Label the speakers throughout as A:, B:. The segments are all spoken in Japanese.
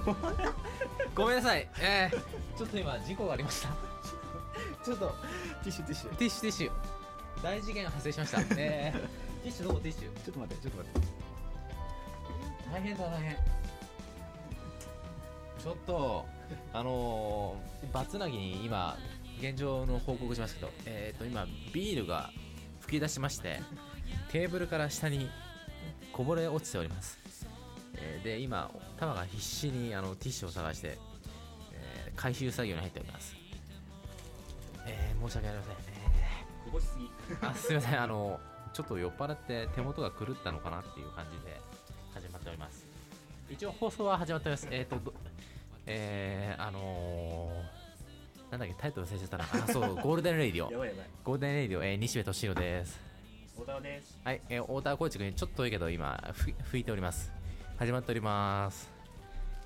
A: ごめんな さいえー、ちょっと今事故がありましたちょっと
B: ティッシュティッシュ
A: ティッシュティッシュ大事件発生しましたえー、 ティッシュどこティッシュ
B: ちょっと待ってちょっと待って
A: 大変だ大変ちょっとあのー、バツナギに今現状の報告しましたけどえっ、ー、と今ビールが吹き出しましてテーブルから下にこぼれ落ちております、えーで今タマが必死にあのティッシュを探して、えー回収作業に入っておりますえー、申し訳ありません、
B: こぼしすぎ
A: えーあすいませんあのちょっと酔っ払って手元が狂ったのかなっていう感じで始まっております一応放送は始まっておりますえっ、とどえー、あのーなんだっけタイトル忘れちゃったなあ そうゴールデンレイディ
B: や
A: オ
B: ばいやばい
A: ゴールデンレイディオ、えー西部敏郎です
B: 小田です
A: はい、えー、太田浩一君、ちょっと遠いけど、今、ふ吹いております。始まっております。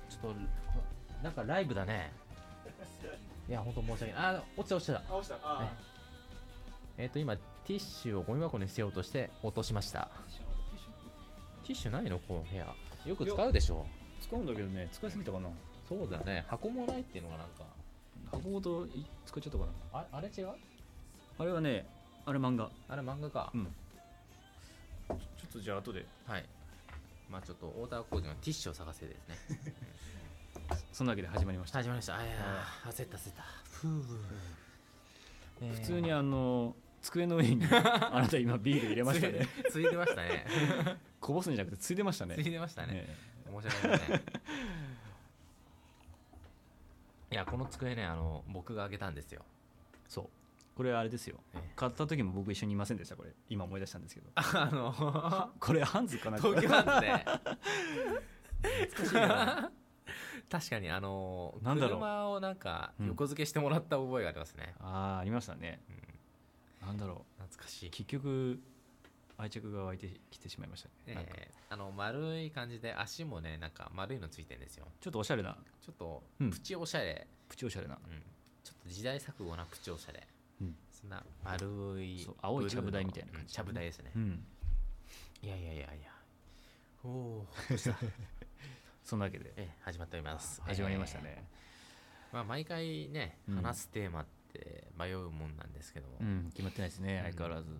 A: ちょっと、なんかライブだ ね。いや、ほんと申し訳ない。あ、落ちた落ちた。
B: あ落ちた
A: あえっ、と、今、ティッシュをゴミ箱に捨てようとして落としました。ティッシュないのこの部屋。よく使うでしょ。
B: 使うんだけどね使いすぎたかな
A: そうだね。箱もないっていうのがなんか、
B: 箱ごとい使っちゃったかな
A: ああれ違う
B: あれはねあれ漫画
A: あれ漫画か。
B: うんちょっとじゃあ後で
A: はい。まあちょっと、太田浩二のティッシュを探せですね。
B: そんなわけで始まりました
A: 始まりました。あいやー、焦った焦った。ふう。
B: 普通にあの机の 上にあなた今ビール入れましたね
A: ついついてましたね。
B: こぼすんじゃなくてついでましたね
A: ついてましたね。
B: ね
A: 面白いですね。いや、この机ね、あの、僕があげたんですよ。
B: そうこれあれですよ
A: ええ
B: 買った時も僕一緒にいませんでしたこれ今思い出したんですけど
A: あの、
B: これハンズかな
A: 東京なんで、
B: 懐かしいな
A: 確かにあの、
B: なんだろう
A: 車をなんか、横付けしてもらった覚えがありますね。
B: あーありましたね
A: うん
B: なんだろ
A: 懐かし
B: う
A: い。
B: 結局愛着が湧いてきてしまいましたねなんか
A: えーあの丸い感じで足もねなんか丸いのついてるんですよ
B: ちょっとおしゃれな
A: ちょっと
B: うん
A: プチおしゃれ、
B: プチおしゃれな
A: う、んちょっと時代錯誤なプチおしゃれ
B: うん
A: そんな丸い
B: そう青い
A: ブルーの
B: ちゃぶ台みたいな
A: うんちゃぶ台ですね、
B: うん、
A: いやいやいやいやおお
B: そんなわけで
A: え始まっております
B: 始まりましたね、
A: えーまあ毎回ね
B: うん
A: 話すテーマって迷うもんなんですけども、
B: うん決まってないですね相変わらず、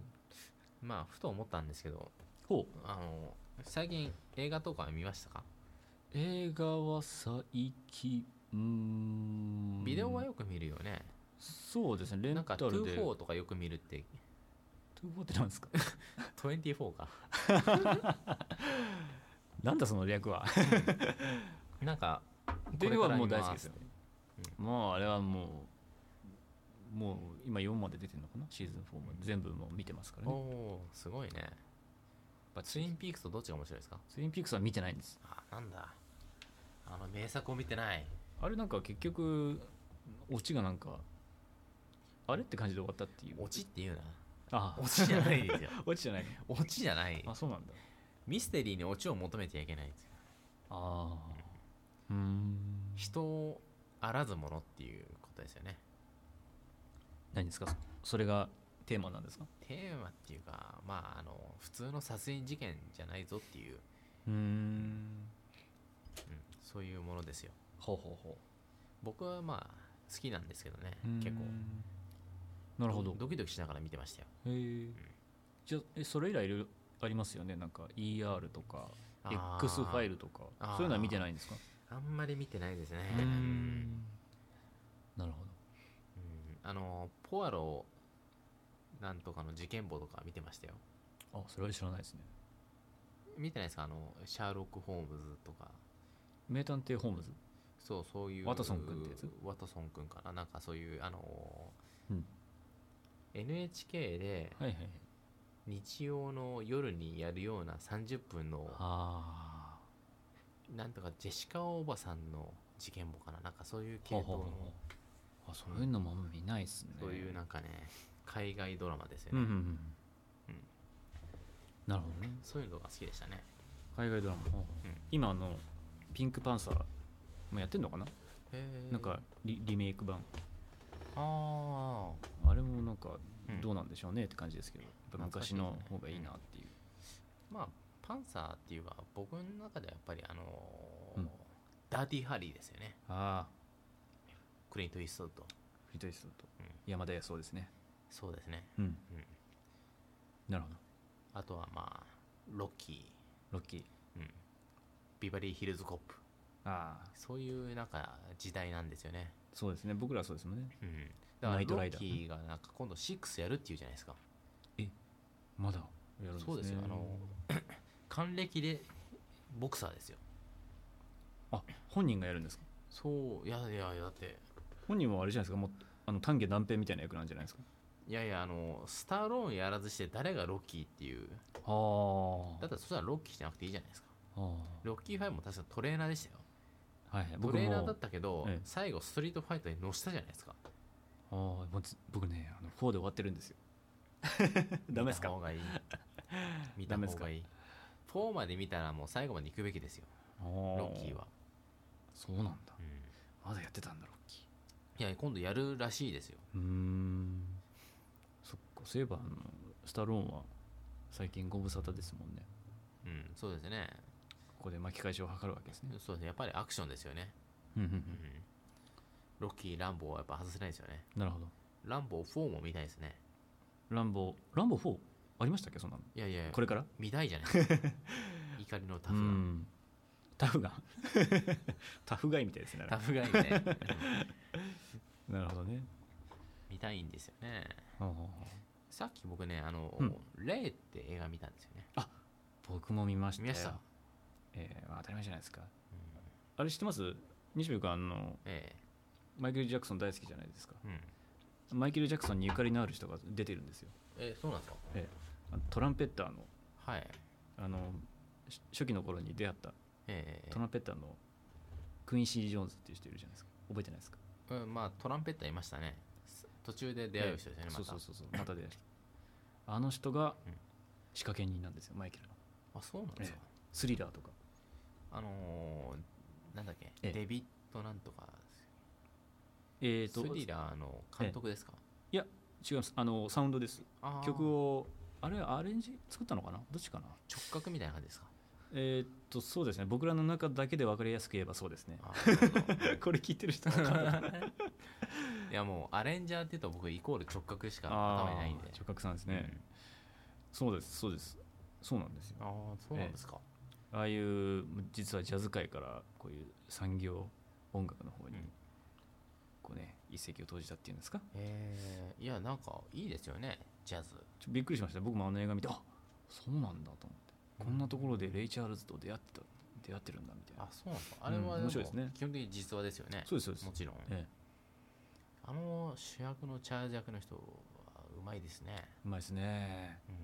A: まあふと思ったんですけど
B: ほう
A: あの最近映画とかは見ましたか
B: 映画は最近うーん
A: ビデオはよく見るよね、
B: そうですねレ
A: な
B: ン
A: んか
B: タルで
A: 24とかよく見るって
B: 24ってなんですか
A: 24か
B: なんだその略 は
A: なんか
B: 電話はもう大好きですよ
A: これから見
B: もうあれはもうもう今4まで出てるのかなシーズン4も全部もう見てますから
A: ます
B: ね
A: おおすごいねやっぱツインピークスとどっちが面白いですか
B: ツインピークスは見てないんです
A: あなんだあの名作を見てない
B: あれなんか結局オチがなんかあれって感じで終わったっていう
A: オチっていうな
B: あ
A: オチじゃないですよ
B: オチじゃない
A: オチじゃない
B: あそうなんだ
A: ミステリーにオチを求めてはいけないんですよ
B: ああうーん
A: 人をあらずものっていうことですよね
B: 何ですかそそれがテーマなんですか
A: テーマっていうかまああの普通の殺人事件じゃないぞっていう、
B: うーん
A: うん、そういうものですよ
B: ほうほうほ
A: 僕はまあ好きなんですけどね
B: う
A: 結構
B: なるほど
A: ドキドキしながら見てましたよ
B: へえじゃあえそれ以来いろいろありますよねなんか ER とか
A: あー
B: X ファイルとか
A: あー
B: そういうのは見てないんですか
A: あんまり見てないですね
B: うーんなるほど
A: うんあのポアロなんとかの事件簿とか見てましたよ
B: あそれは知らないですね
A: 見てないですかあのシャーロック・ホームズとか
B: 名探偵ホームズ
A: そうそういう
B: ワトソン君ってやつ
A: ワトソン君かななんかそういうあの
B: うん
A: NHK で
B: はいはいはい
A: 日曜の夜にやるような30分の
B: あ
A: なんとかジェシカ・おばさんの事件簿かななんかそういう
B: あ
A: 系統
B: ほうほうほ
A: の
B: うあそういうのもあんま見ないですね
A: そういうなんかね海外ドラマですよ
B: うん
A: ね、
B: うんうん
A: うん
B: なるほどね
A: そういうのが好きでしたね
B: 海外ドラマ、今あのピンクパンサーもやってんのかな、なんかリリメイク版
A: ああ
B: あれもなんか
A: うん
B: どうなんでしょうねって感じですけど、やっぱ昔の方がいいなっていう、
A: まあパンサーっていうか僕の中ではやっぱりあのー
B: うん
A: ダーティーハリーですよね
B: ああ
A: クリント・イーストウッド
B: フリートイーストウッド
A: うん
B: 山田康夫ですね
A: そうですね、
B: うん
A: うん、
B: なるほ
A: あとはまあロッキ
B: どロッキー
A: ー、うん、ビバリー・ヒルズ・コップ
B: ああ
A: そういうなんか時代なんですよね、
B: そうですね僕らはそうですもんね
A: うん、だから
B: ナ
A: ロ
B: イトライ
A: ッ
B: ダー
A: キーがなんか今度6やるっていうじゃないですか
B: まだやるんですね
A: そうですよあの還暦でボクサーですよ
B: あ本人がやるんですか
A: そういやいやいやだって
B: 本人はあれじゃないですかもうあの丹下断平みたいな役なんじゃないですか
A: いやいやあのスタローンやらずして誰がロッキーっていう
B: あー
A: だったらそしたらロッキーじゃなくていいじゃないですか
B: あー
A: ロッキーファイブも確かトレーナーでしたよ
B: はいはい
A: ト
B: 僕
A: レーナーだ
B: も
A: ったけど、
B: ええ
A: 最後ストリートファイターに乗したじゃないですか
B: あーもうず僕ねあの4で終わってるんですよ ダメです
A: 見た
B: か
A: 方 がいい見た
B: ダメです
A: 方
B: か
A: がいい4まで見たらもう最後まで行くべきですよ
B: ロ
A: ロッキーは、
B: そうなんだ
A: うん
B: まだやってたんだロッキ
A: いや今度やるらしいですよ
B: ーうーんそっかそういえばあのスタローンは最近ご無沙汰ですもんね
A: うんそうですね
B: ここで巻き返しを図るわけですね
A: そうですねやっぱりアクションですよね、
B: うんうんう
A: うん
B: ん
A: ロッキーランボーはやっぱ外せないですよね
B: なるほど
A: ランボー4も見たいですね
B: ランボーランボー 4? ありましたっけそんなの
A: いやいや
B: これから
A: 見たいじ ゃないですか怒りのタ
B: う
A: フが、
B: んタフが タフがいみたいですね
A: タフがいい ね
B: なるほどね
A: 見たいんですよね
B: ああ
A: さっき僕ねあの、
B: うん
A: レイって映画見たんですよね
B: 僕も見ましたよ
A: 見ました、
B: えーまあ当たり前じゃないですか
A: うん
B: あれ知ってます西部君あの
A: え
B: マイケル・ジャクソン大好きじゃないですか
A: えうん
B: マイケル・ジャクソンにゆかりのある人が出てるんですよ
A: えそうなんですか
B: あのトランペッターの
A: はい
B: あのし初期の頃に出会った
A: ええ
B: トランペッターのクインシー・ジョーンズっていう人いるじゃないですか覚えてないですか
A: うん、まあトランペッターいましたねす途中で出会う人ですよね、また
B: そうそうそうそうまた出会う人あの人が
A: うん
B: 仕掛け人なんですよマイケルの
A: あそうなんですか、
B: スリラーとか
A: あのー、なんだっけ、
B: ええ
A: デビットなんとか
B: えっ、
A: ス
B: と
A: リラーの監督ですか、
B: 違いますあのサウンドです
A: あー
B: 曲をあれアレンジ作ったのかなどっちかな
A: 直角みたいな感じ ですか
B: えーっとそうですね僕らの中だけで分かりやすく言えばそうですね
A: あーなるほど
B: これ聞いてる人わかんない
A: いやもうアレンジャーって言うと僕イコール直角しか
B: あ
A: 頭にないんで
B: ー直角さんですね、そうですそうですそうなんですよ
A: ああそうなんですか、
B: ああいう実はジャズ界からこういう産業音楽の方に
A: うん
B: こうね一石を投じたっていうんですか
A: ええいやなんかいいですよねジャズ
B: ちょびっくりしました僕もあの映画見てあそうなんだと思ってこんなところでレイ・チャールズと出会ってた出会ってるんだみたいな
A: あそうなんですかあれは
B: うん
A: でも、
B: 面白いですね
A: 基本的に実話ですよね
B: そうですそうです
A: もちろん
B: ええ
A: あの主役のチャージ役の人はうまいですね、
B: うまいですね
A: うん、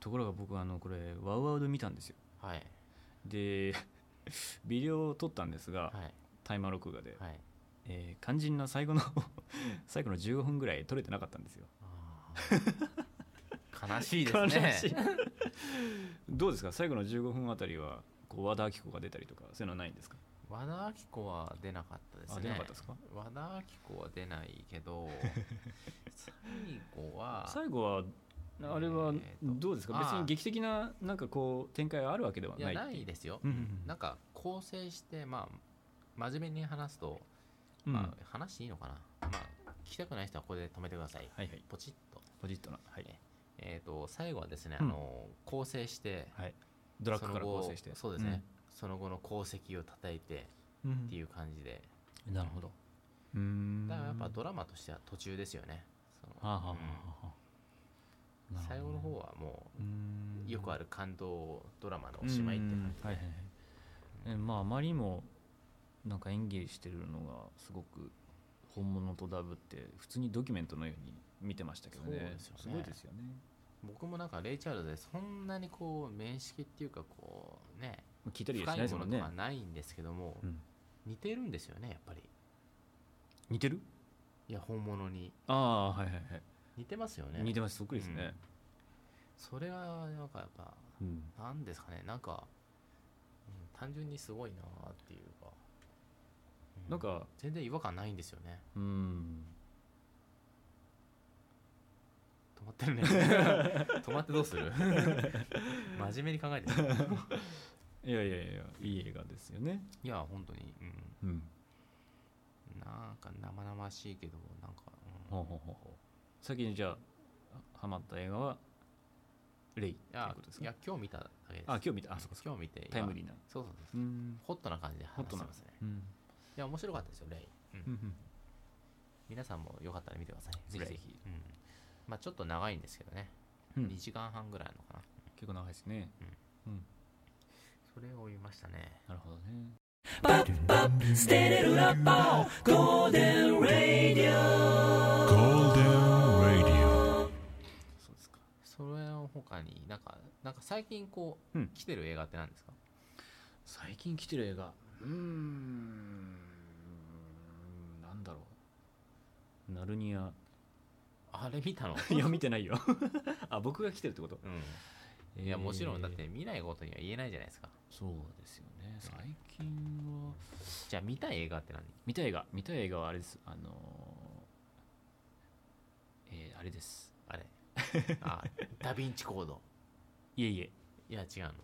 B: ところが僕あのこれワウワウで見たんですよ
A: はい
B: で ビデオを撮ったんですが、
A: はい
B: タイマー録画で、
A: はい
B: えー肝心な最後の 最後の15分ぐらい撮れてなかったんですよ
A: あー 悲しいですね
B: 悲しいどうですか最後の15分あたりはこう和田アキ子が出たりとかそういうのはないんですか
A: 和田アキ子は出なかったですね
B: あ出なかったですか
A: 和田アキ子は出ないけ ど最後は
B: 最後はあれは
A: えーと
B: どうですか、別
A: あー
B: に劇的ななんかこう展開があるわけではいな
A: や
B: い
A: ないですよ、
B: うんうんうん
A: なんか構成してまあ真面目に話すと、
B: うん
A: まあ、話していいのかなまあ聞きたくない人はここで止めてください
B: はいはい
A: ポチッと
B: ポジットなはい、
A: えっ、と最後はですね、
B: うん
A: あの構成して
B: はい、ドラッグから
A: その後
B: 構成して
A: そうですね、その後の功績を叩いて
B: うん、うん
A: っていう感じで、
B: なるほどうーん
A: だからやっぱドラマとしては途中ですよねその
B: はあはあは
A: うん
B: あはあ
A: 最後の方はもうよくあ
B: る
A: る感動ドラマの
B: ほ
A: お
B: ど
A: しまいって
B: うん
A: 感じ
B: はいはいはいえまああまりにもなんか演技してるのがすごく本物とダブって普通にドキュメントのように見てましたけどね
A: そうですよね
B: ごいですよね
A: 僕もなんかレイチャールズでそんなにこう面識っていうかこうね
B: まあ聞いたりしな
A: 深
B: い
A: い
B: です
A: も
B: も
A: の
B: ん
A: と
B: ね
A: かないんですけども、
B: うん
A: 似てるんですよねやっぱり
B: 似てる
A: いや本物に
B: ああはいはいはい
A: 似てますよね
B: 似てますそっくりですね
A: それはなんかやっぱ
B: うん
A: なんですかねなんか、うん単純にすごいなっていうか、う
B: なんか
A: 全然違和感ないんですよね
B: うん
A: 止ま ってるね止まってどうする真面目に考えてる
B: えいやいやいやいい映画ですよね
A: いや本当に、う
B: うん
A: ん、なんか生々しいけどなんか、うん
B: ほうほうほうほう先にじゃあハマった映画はレイっていう
A: いや
B: ことです
A: い
B: か
A: や今日見ただけです
B: あ今日見たあそっかそっか
A: 今日見て
B: タイム
A: ー
B: リーな
A: そうそうそう
B: うーん
A: ホットな感じで
B: ホッ
A: 話して
B: トな
A: ますね
B: うん
A: いや面白かったですよレイ、うん
B: うんうん
A: 皆さんもよかったら見てくださいぜひぜ
B: レイ
A: ひ、うんまあちょっと長いんですけどね、
B: うん
A: 2時間半ぐらいあるのかな
B: 結構長いですねうん
A: それを見ましたね
B: なるほどね
C: ステレルラッパーゴールデンラディオ
D: Golden Radio.
B: そうですか
A: それの他になんかなんか最近こう、
B: うん
A: 来てる映画って何ですか
B: 最近来てる映画うーんなんだろうナルニア
A: あれ見たの、
B: いや見てないよあ僕が来てるってこと
A: うん、いやもちろんだって見ないことには言えないじゃないですか
B: そうですよね最近は
A: じゃあ見たい映画って何
B: 見たい映画見たい映画はあれですあのーえーあれです
A: あ れあダヴィンチコード
B: いえいえ
A: いや違うの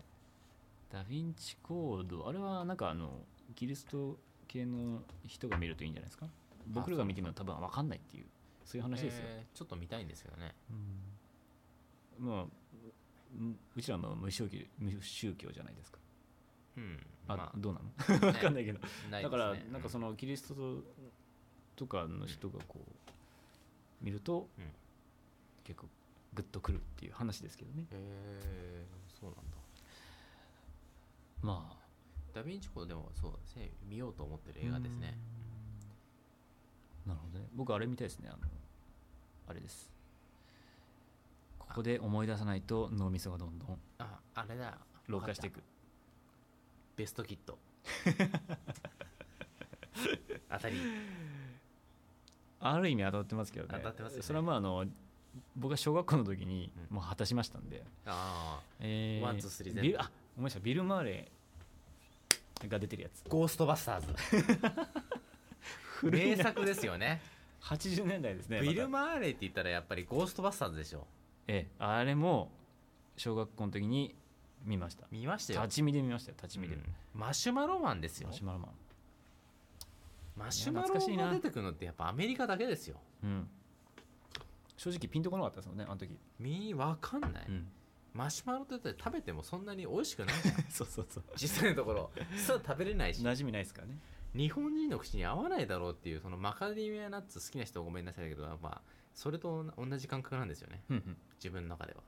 B: ダヴィンチコードあれはなんかあのキリスト系の人が見るといいんじゃないですか僕らが見てるのは多分分かんないっていうそういう話ですよ、
A: えーちょっと見たいんですけどね
B: うんまあうんうちらの無宗教無宗教じゃないですか
A: うん
B: あ、
A: ま
B: どうなの
A: あ
B: 分かんないけ
A: な
B: ど
A: い
B: だ
A: ですね
B: からなんかそ
A: の、
B: のキリストととかの人がこう見ると
A: うん
B: 結構グッとくるっていう話ですけどね
A: へえそうなんだ
B: まあ
A: ダヴィンチコードでもそうですね見ようと思ってる映画ですね
B: うんなるほどね僕あれみたいですねあのあれですここで思い出さないと脳みそがどんどん
A: ああれだ
B: 老化してい
A: わかっ
B: く
A: たベストキッ ト当たり
B: ある意味当たってますけどね
A: 当たってますよね
B: それはまああの僕は小学校の時に
A: うん
B: もう果たしましたんで、
A: ああ
B: え
A: ワンツースリー全部
B: ビルあ思いましたビル・マーレーが出てるやつ
A: ゴーストバスターズ名作ですよね
B: 80年代です ね
A: ビル・
B: また
A: マーレーって言ったらやっぱりゴーストバスターズでしょ
B: ええあれも小学校の時に見ました
A: 見ましたよ
B: 立ち見で見ましたよ立ち見で、
A: うんマシュマロマンですよ
B: マシュマロマン
A: マシュマロ
B: 懐かしい
A: マン
B: な
A: が出てくるのってやっぱアメリカだけですよ
B: うん、正直ピンとこなかったですもんねあの時、
A: みわかん ない、
B: うん、
A: マシュマロって食べてもそんなに美味しくないじ ゃん
B: そうそうそう
A: 実際のとこ ろそう食べれないし
B: 馴染みないですからね
A: 日本人の口に合わないだろうっていうそのマカデミアナッツ好きな人はごめんなさいだけどやっぱそれと同じ感覚なんですよね
B: うんうん
A: 自分の中では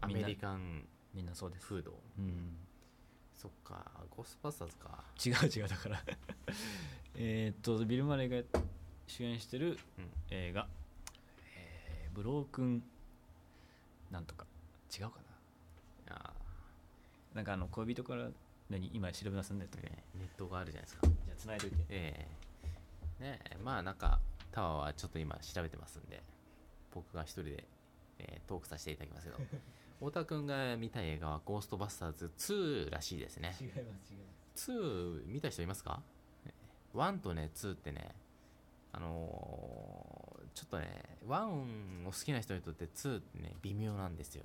A: ア
B: みん
A: メ
B: な
A: リカン
B: みんなそうです、
A: フード
B: うん、
A: そっかゴーストバスターズか
B: 違う違うだから えーっとビル・マレーが主演してる
A: うん
B: 映画、えーブロークンなんとか違うか
A: あ
B: ななんかあの恋人から何今調べますんでと
A: ー
B: か、
A: ねネットがあるじゃないですか
B: じゃあ繋いといて
A: ええねえまあなんかタワーはちょっと今調べてますんで僕が一人で、えートークさせていただき ますけど太田君が見たい映画は「ゴーストバスターズ2」らしいですね
B: 違います違いま
A: 2見た人いますか ?1 とね2ってねあのーちょっとね1を好きな人にとって2ってね微妙なんですよ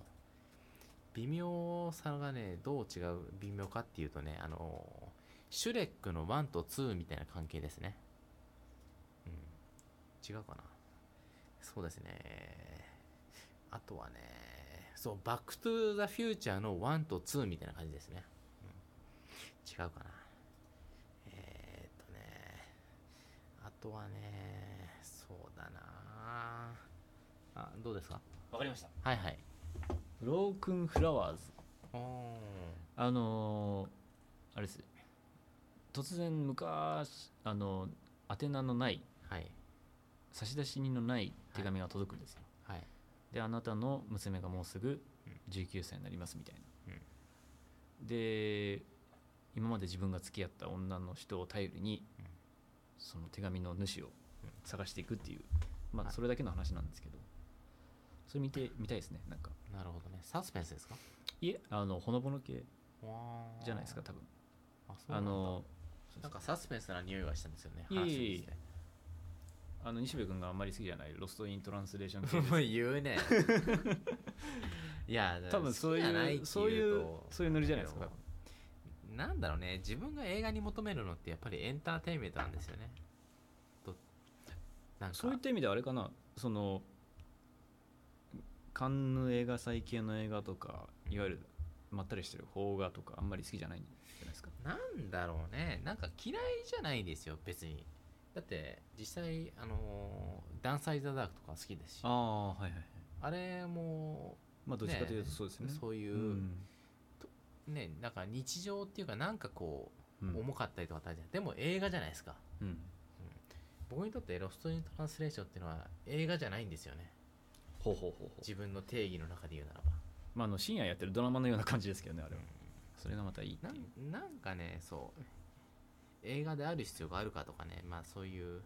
A: 微妙さがねどう違う微妙かっていうとねあのーシュレックの1と2みたいな関係ですねうん違うかなそうですねあとはねそうバックトゥザフューチャーの1と2みたいな感じですね違うかなえー、っとねあとはねそうだなあどうですか
B: すわかりました
A: はいはい
B: ブロークン・フラワーズ
A: おー
B: あのーあれです突然昔あの宛名のない
A: はい
B: 差出人のない手紙が届くんですよ、
A: はい
B: であなたの娘がもうすぐ19歳になりますみたいな、で今まで自分が付き合った女の人を頼りに、
A: うん
B: その手紙の主を探していくっていう、ま
A: は
B: あ
A: い
B: それだけの話なんですけどそれ見てみたいですねなんか
A: なるほどねサスペンスですか
B: いえあのほのぼの系
A: わー
B: じゃないですか多分
A: あそう
B: あ
A: なんだ
B: のそうそう
A: なんかサスペンスな匂いがしたんですよね
B: いえ
A: 話し
B: いえ
A: て て
B: あの西部君があんまり好きじゃないロスト・イン・トランスレーション系
A: も う言 うねいや
B: 多分そういうそういうそういうノリじゃないですか
A: 好き
B: 多分
A: ななんだろうね自分が映画に求めるのってやっぱりエンターテインメントなんですよねとなんか
B: そういった意味ではあれかなそのカンヌ映画祭系の映画とかいわゆるまったりしてる邦画とかあんまり好きじゃないんじゃないですか
A: なんだろうねなんか嫌いじゃないですよ別にだって実際あのーダンサイ・ザ・ダークとか好きですし
B: あ
A: あ
B: あはいはいはい
A: れも
B: まあどっちかというとそうですね
A: そういうう、
B: ん
A: ねなんか日常っていうかなんかこ
B: う
A: うん重かったりとか大事なでも映画じゃないですか
B: うん
A: 僕にとってロスト・イン・トランスレーションっていうのは映画じゃないんですよね
B: ほうほうほうほう
A: 自分の定義の中で言うならば
B: まあ、あの深夜やってるドラマのような感じですけどねあれはそれがまたいいって
A: ない
B: うん
A: なんかねそう映画である必要があるかとかねまあそういう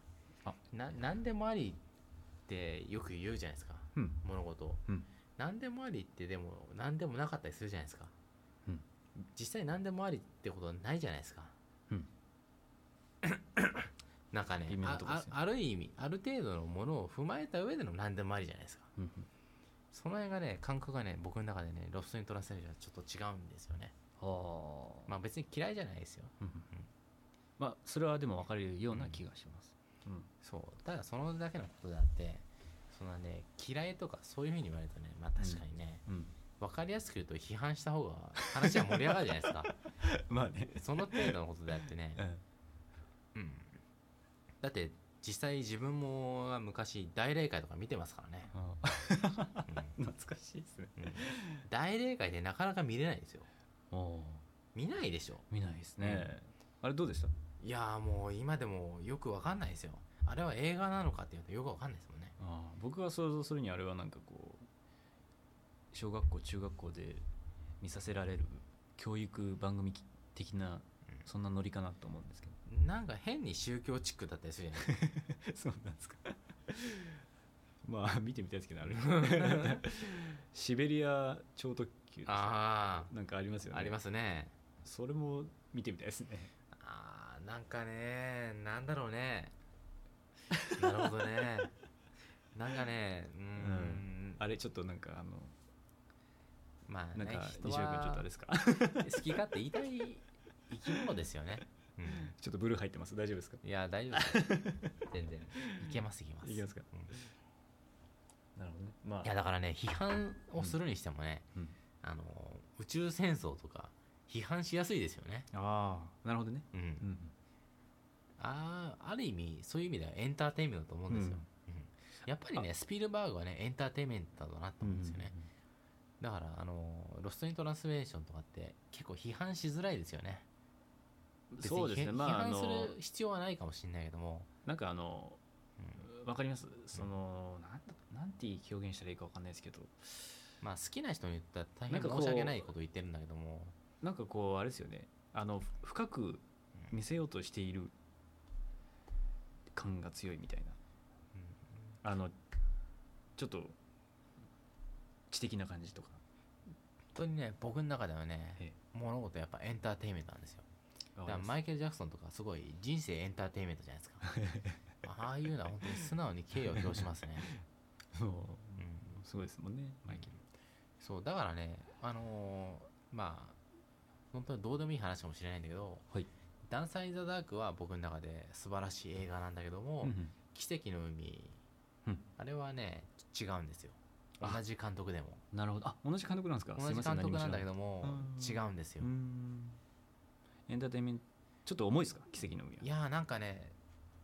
B: あ
A: な何でもありってよく言うじゃないですか
B: うん
A: 物事を、
B: うん
A: 何でもありってでも何でもなかったりするじゃないですか、
B: うん
A: 実際何でもありってことはないじゃないですか、
B: うん
A: なんかね
B: 微妙なとこですね
A: ああある意味ある程度のものを踏まえた上での何でもありじゃないですか
B: うん
A: その辺がね感覚がね僕の中でねロストイントランスレーションはちょっと違うんですよね
B: あー
A: まあ別に嫌いじゃないですよ
B: うんうんまあそれはでも分かれるような気がします、うん
A: そうただそのだけのことであってそんなね嫌いとかそういうふうに言われるとねまあ確かにね、
B: うん、
A: わ分かりやすく言うと批判した方が話は盛り上がるじゃないです か
B: まあね、
A: その程度のことであってね、うん、だって実際自分も昔大霊界とか見てますからね、
B: あ
A: う
B: ー 懐かしいですね
A: んうん大霊界でなかなか見れないんですよ
B: おー
A: 見ないでしょ
B: 見ないですね、あれどうでした
A: いやーもう今でもよくわかんないですよあれは映画なのかっていうとよくわかんないですもんね
B: あー僕が想像するにあれはなんかこう小学校中学校で見させられる教育番組的なそんなノリかなと思うんですけど
A: なんか変に宗教チックだったりするじゃないですか
B: そうなんですか まあ見てみたいですけどあれ シベリア超特急でした
A: あ
B: なんかありますよ
A: あ
B: ね
A: ありますね
B: それも見てみたいですね
A: あーなんかねなんだろうねなるほど ねなんかねうーん
B: あれちょっとなんかあの
A: まあ
B: なん
A: ね
B: か
A: 人
B: 西尾君ちょっとあ
A: は
B: れですか
A: 好き勝手言いたい生き物ですよね、うん
B: ちょっとブルー入ってます大丈夫ですか
A: いや大丈夫ですよ全然いけますいけます
B: いけますか
A: うん
B: なるほどねまあ
A: いやだからね批判をするにしてもね、
B: うん
A: あの宇宙戦争とか批判しやすいですよね
B: ああなるほどね
A: うん、
B: うん
A: あーある意味そういう意味ではエンターテインメントだと思うんですよ、うんやっぱりねスピルバーグはねエンターテインメントだなと思うんですよね、だからあのロストイントランスレーションとかって結構批判しづらいですよね別に
B: そうですね
A: 批
B: まあ
A: 批
B: あ
A: 判す
B: の
A: る必要はないかもしれないけども、
B: なんかあの
A: うん
B: わかりますそのなんだなんて表現したらいいかわかんないですけど
A: まあ好きな人に言ったら
B: な
A: 大
B: んかこ
A: 変
B: う
A: 申し訳ないことを言ってるんだけども
B: なんかこうあれですよねあの深く見せようとしている感が強いみたいなあのちょっと知的な感じとか
A: 本当にね僕の中ではね
B: え
A: 物事やっぱエンターテインメントなんですよだからマイケル・ジャクソンとかすごい人生エンターテインメントじゃないです かああいうのは本当に素直に敬意を表しますね、
B: そう
A: うん
B: すごいですもんねマイケル
A: そうだからねあのーまあ本当にどうでもいい話かもしれないんだけど
B: はい
A: 「ダンサイ・ザ・ダーク」は僕の中で素晴らしい映画なんだけども「
B: うん
A: 奇跡の海」
B: うん
A: あれはね違うんですよ同
B: あ
A: じ監督でも
B: なるほどあ同じ監督なんですか
A: 同じ監督なんだけ
B: ど
A: ども
B: 何も
A: 違
B: 知
A: うんですよ
B: エンターテインメントちょっと重いですか奇跡の海はい
A: やーなんかね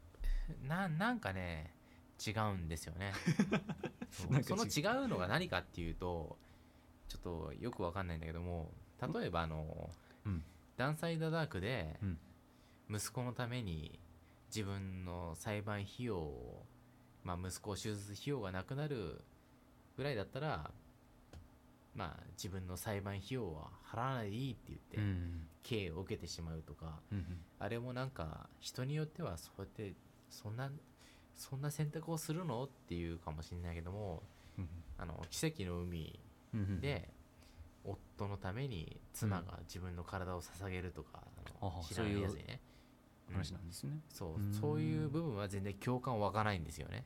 A: ななんかね違うんですよ ねそう
B: なんか
A: そ
B: 違
A: の
B: う
A: 違うのが何かっていうとちょっとよくわかんないんだけども例えばあの、
B: うん
A: ダンサイ・ザ・ダークで
B: うん
A: 息子のために自分の裁判費用を、まあ、息子を手術費用がなくなるぐらいだったらまあ自分の裁判費用は払わないでいいって言って、
B: うん
A: 刑を受けてしまうとか
B: うんうん
A: あれもなんか人によってはそうやってそんなそんな選択をするのっていうかもしれないけどもあの奇跡の海
B: うんうん
A: で夫のために妻が自分の体を捧げるとか、あ
B: あ
A: の
B: あ
A: 知らないやつにねうん
B: 話なんですね
A: そう
B: うん
A: そういう部分は全然共感湧かないんですよね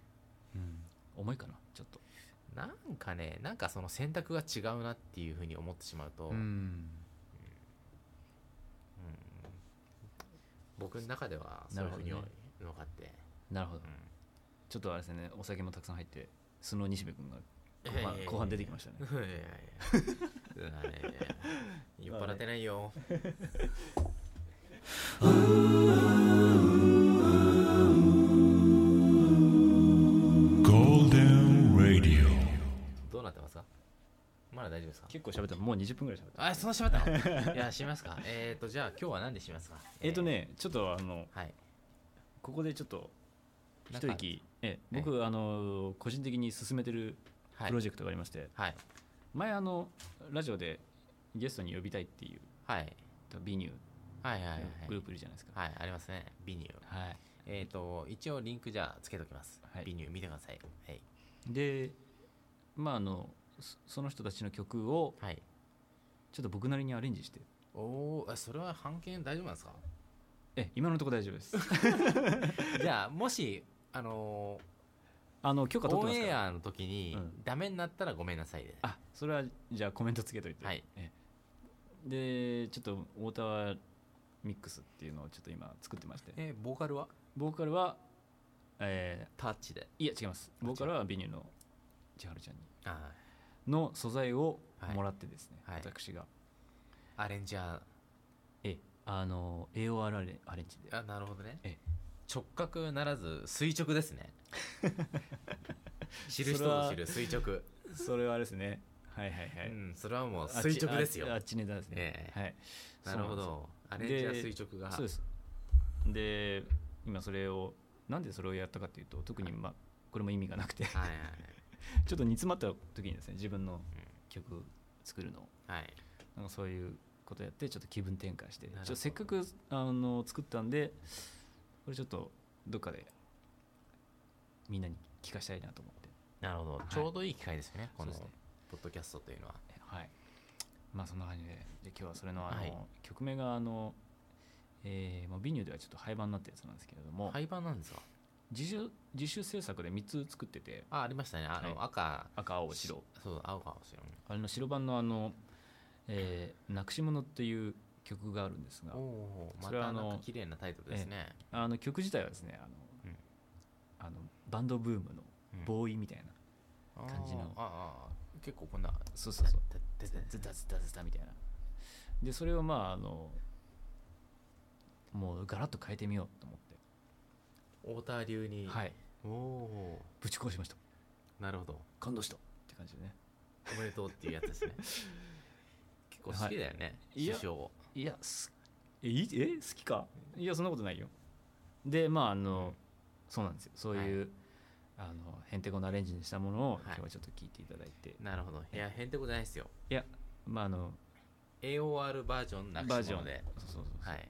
B: 重いかなちょっと
A: なんかねなんかその選択が違うなっていうふうに思ってしまうと、うん
B: ん
A: 僕の中ではそういうふうに分かって、
B: なるほど
A: うん
B: ちょっとあれですねお酒もたくさん入って素の西部君が後
A: いやいやい
B: 半
A: や
B: 後半出てきましたね
A: いやいやいやいやいやいや酔っ払ってないよ
D: Golden Radio.
A: どうなってますかまだ大丈夫ですか
B: 結構喋ったもう20分ぐらい喋った
A: あそんなしまったの いやしますかえっ、ー、とじゃあ今日は何でしますか
B: えっ、とねちょっとあ
A: ー
B: の
A: はい
B: ここでちょっと
A: なん
B: 一
A: か
B: 息ええ僕あの個人的に進めてる
A: はい
B: プロジェクトがありまして、
A: はい
B: 前あのラジオでゲストに呼びたいっていう
A: はい
B: ビニュー
A: はいはいはい
B: のグループいるじゃないですか
A: はいありますねビニュー
B: はい、
A: えっ、ー、と一応リンクじゃあつけときます、
B: はい
A: ビニュー見てくださいはい
B: でまああのそその人たちの曲を
A: はい
B: ちょっと僕なりにアレンジして
A: おおそれは版権大丈夫なんですか
B: ええ今のところ大丈夫です
A: じゃあもしあの
B: あの許
A: ー
B: 可取って
A: オン
B: ますか
A: エ
B: ら
A: アの時に、
B: うん
A: ダメになったらごめんなさいで
B: あそれはじゃあコメントつけといて、
A: はい
B: ええでちょっとウォーターミックスっていうのをちょっと今作ってまして
A: えボーカルは
B: ボーカルは、え
A: タッチで
B: ーいや違いますボーカルはビニューの千春ちゃんに
A: あ
B: の素材を
A: はい
B: もらってですね、
A: はい
B: 私が、
A: ーアレンジャ
B: ええあの AOR アレアレンジで
A: ーあなるほどね
B: ええ
A: 直角ならず垂直です ね知る人ぞ知る垂直
B: それはあれですねはいはい
A: う
B: は
A: ん、それはもう
B: あっち
A: 垂直ですよ
B: ああっちネタですね、
A: ええ
B: はい
A: なるほどアレンジャー垂直が
B: そうですで今それをなんでそれをやったかっていうと特にまあこれも意味がなくて
A: はい
B: ちょっと煮詰まった時にですね自分の曲作るのを
A: はいはい
B: なんかそういうことやってちょっと気分転換して
A: なるほど
B: ちょせっかくあの作ったんでこれちょっとどっかでみんなに聞かしたいなと思って、
A: なるほど
B: い
A: ちょうどいい機会ですねこの
B: そうですね
A: ポッドキャストというのは
B: はいまあそんな感じでで今日はそれのあの、
A: はい
B: 曲名があの、えーまあ、ビニューではちょっと廃盤になったやつなんですけれども、
A: 廃盤なんですか
B: 自主自主制作で3つ作ってて
A: あありましたねあの
B: は
A: 赤
B: 赤青白
A: そう青かもしれない
B: あれの白版のあの「えー、なくし物」っていう曲があるんですが
A: おおーま
B: それは
A: た
B: あ
A: な
B: の
A: んか綺麗なタイトルですね
B: あの曲自体はですねあの、
A: うん
B: あのバンドブームの
A: うん
B: ボーイみたいな、感じの
A: あーあー結構こんな
B: そうそうそう
A: たたた
B: ズタズタズタみたいなでそれをまああのもうガラッと変えてみようと思って、
A: 太田流に
B: はい
A: おお
B: ぶち壊しました
A: ーなるほど
B: 感動したって感じでね
A: おめでとうっていうやつ ですね結構好きだよね
B: いいや
A: 師匠
B: いやすえいえ好きかいやそんなことないよでまああの、そうなんですよそういう、あのへんてこなアレンジにしたものを今日はちょっと聞いていただいて、
A: なるほどいやへんてこじゃないですよ
B: いやまああの
A: AOR バージョンな
B: バー
A: くし
B: ジョ
A: もの
B: ン
A: で
B: そうそうそう、
A: はい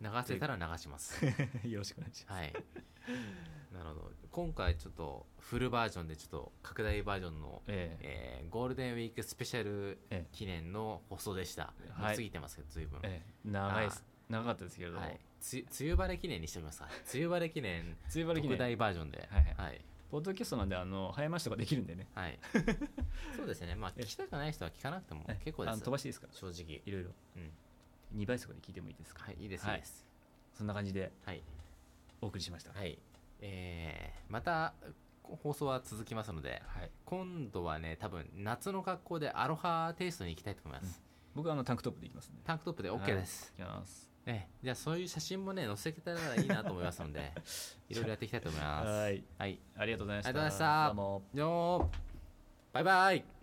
A: 流せたら流します
B: よろしくお願いします、
A: はいなるほど今回ちょっとフルバージョンでちょっと拡大バージョンの、
B: ええ
A: えーゴールデンウィークスペシャル
B: ええ
A: 記念の放送でした、
B: はい
A: もう過ぎてますけど随分、
B: ええ長いです長かったですけれども、
A: はい、つ梅雨晴れ記念にしておきますか梅雨晴れ記念
B: 梅雨晴れ
A: 特
B: 記念
A: 大バージョンで
B: はいはい
A: はい
B: ポッドキャストなんであの早回しとかできるんでね
A: はい、そうですねまあ聞きたくない人は聞かなくても
B: ええ
A: 結構で
B: あの
A: す
B: 飛ばしていいですか
A: 正直
B: いろいろ
A: うん
B: 2倍速で聞いてもいいですか
A: はいいいですいい
B: はい
A: です
B: そんな感じで
A: はい
B: お送りしました
A: はい。えーまた、こ放送は続きますので、
B: はい
A: 今度はね、多分、夏の格好でアロハテイストに行きたいと思います。
B: 僕はあのタンクトップでいきますんで
A: タンクトップで OK です。
B: いきます
A: ね、じゃあ、そういう写真もね、載せてたらいいなと思いますの で、いろいろやっていきたいと思います。
B: はい
A: はい。
B: ありがとうございました
A: ありがとうございました
B: どうも
A: じゃあ、バイバイ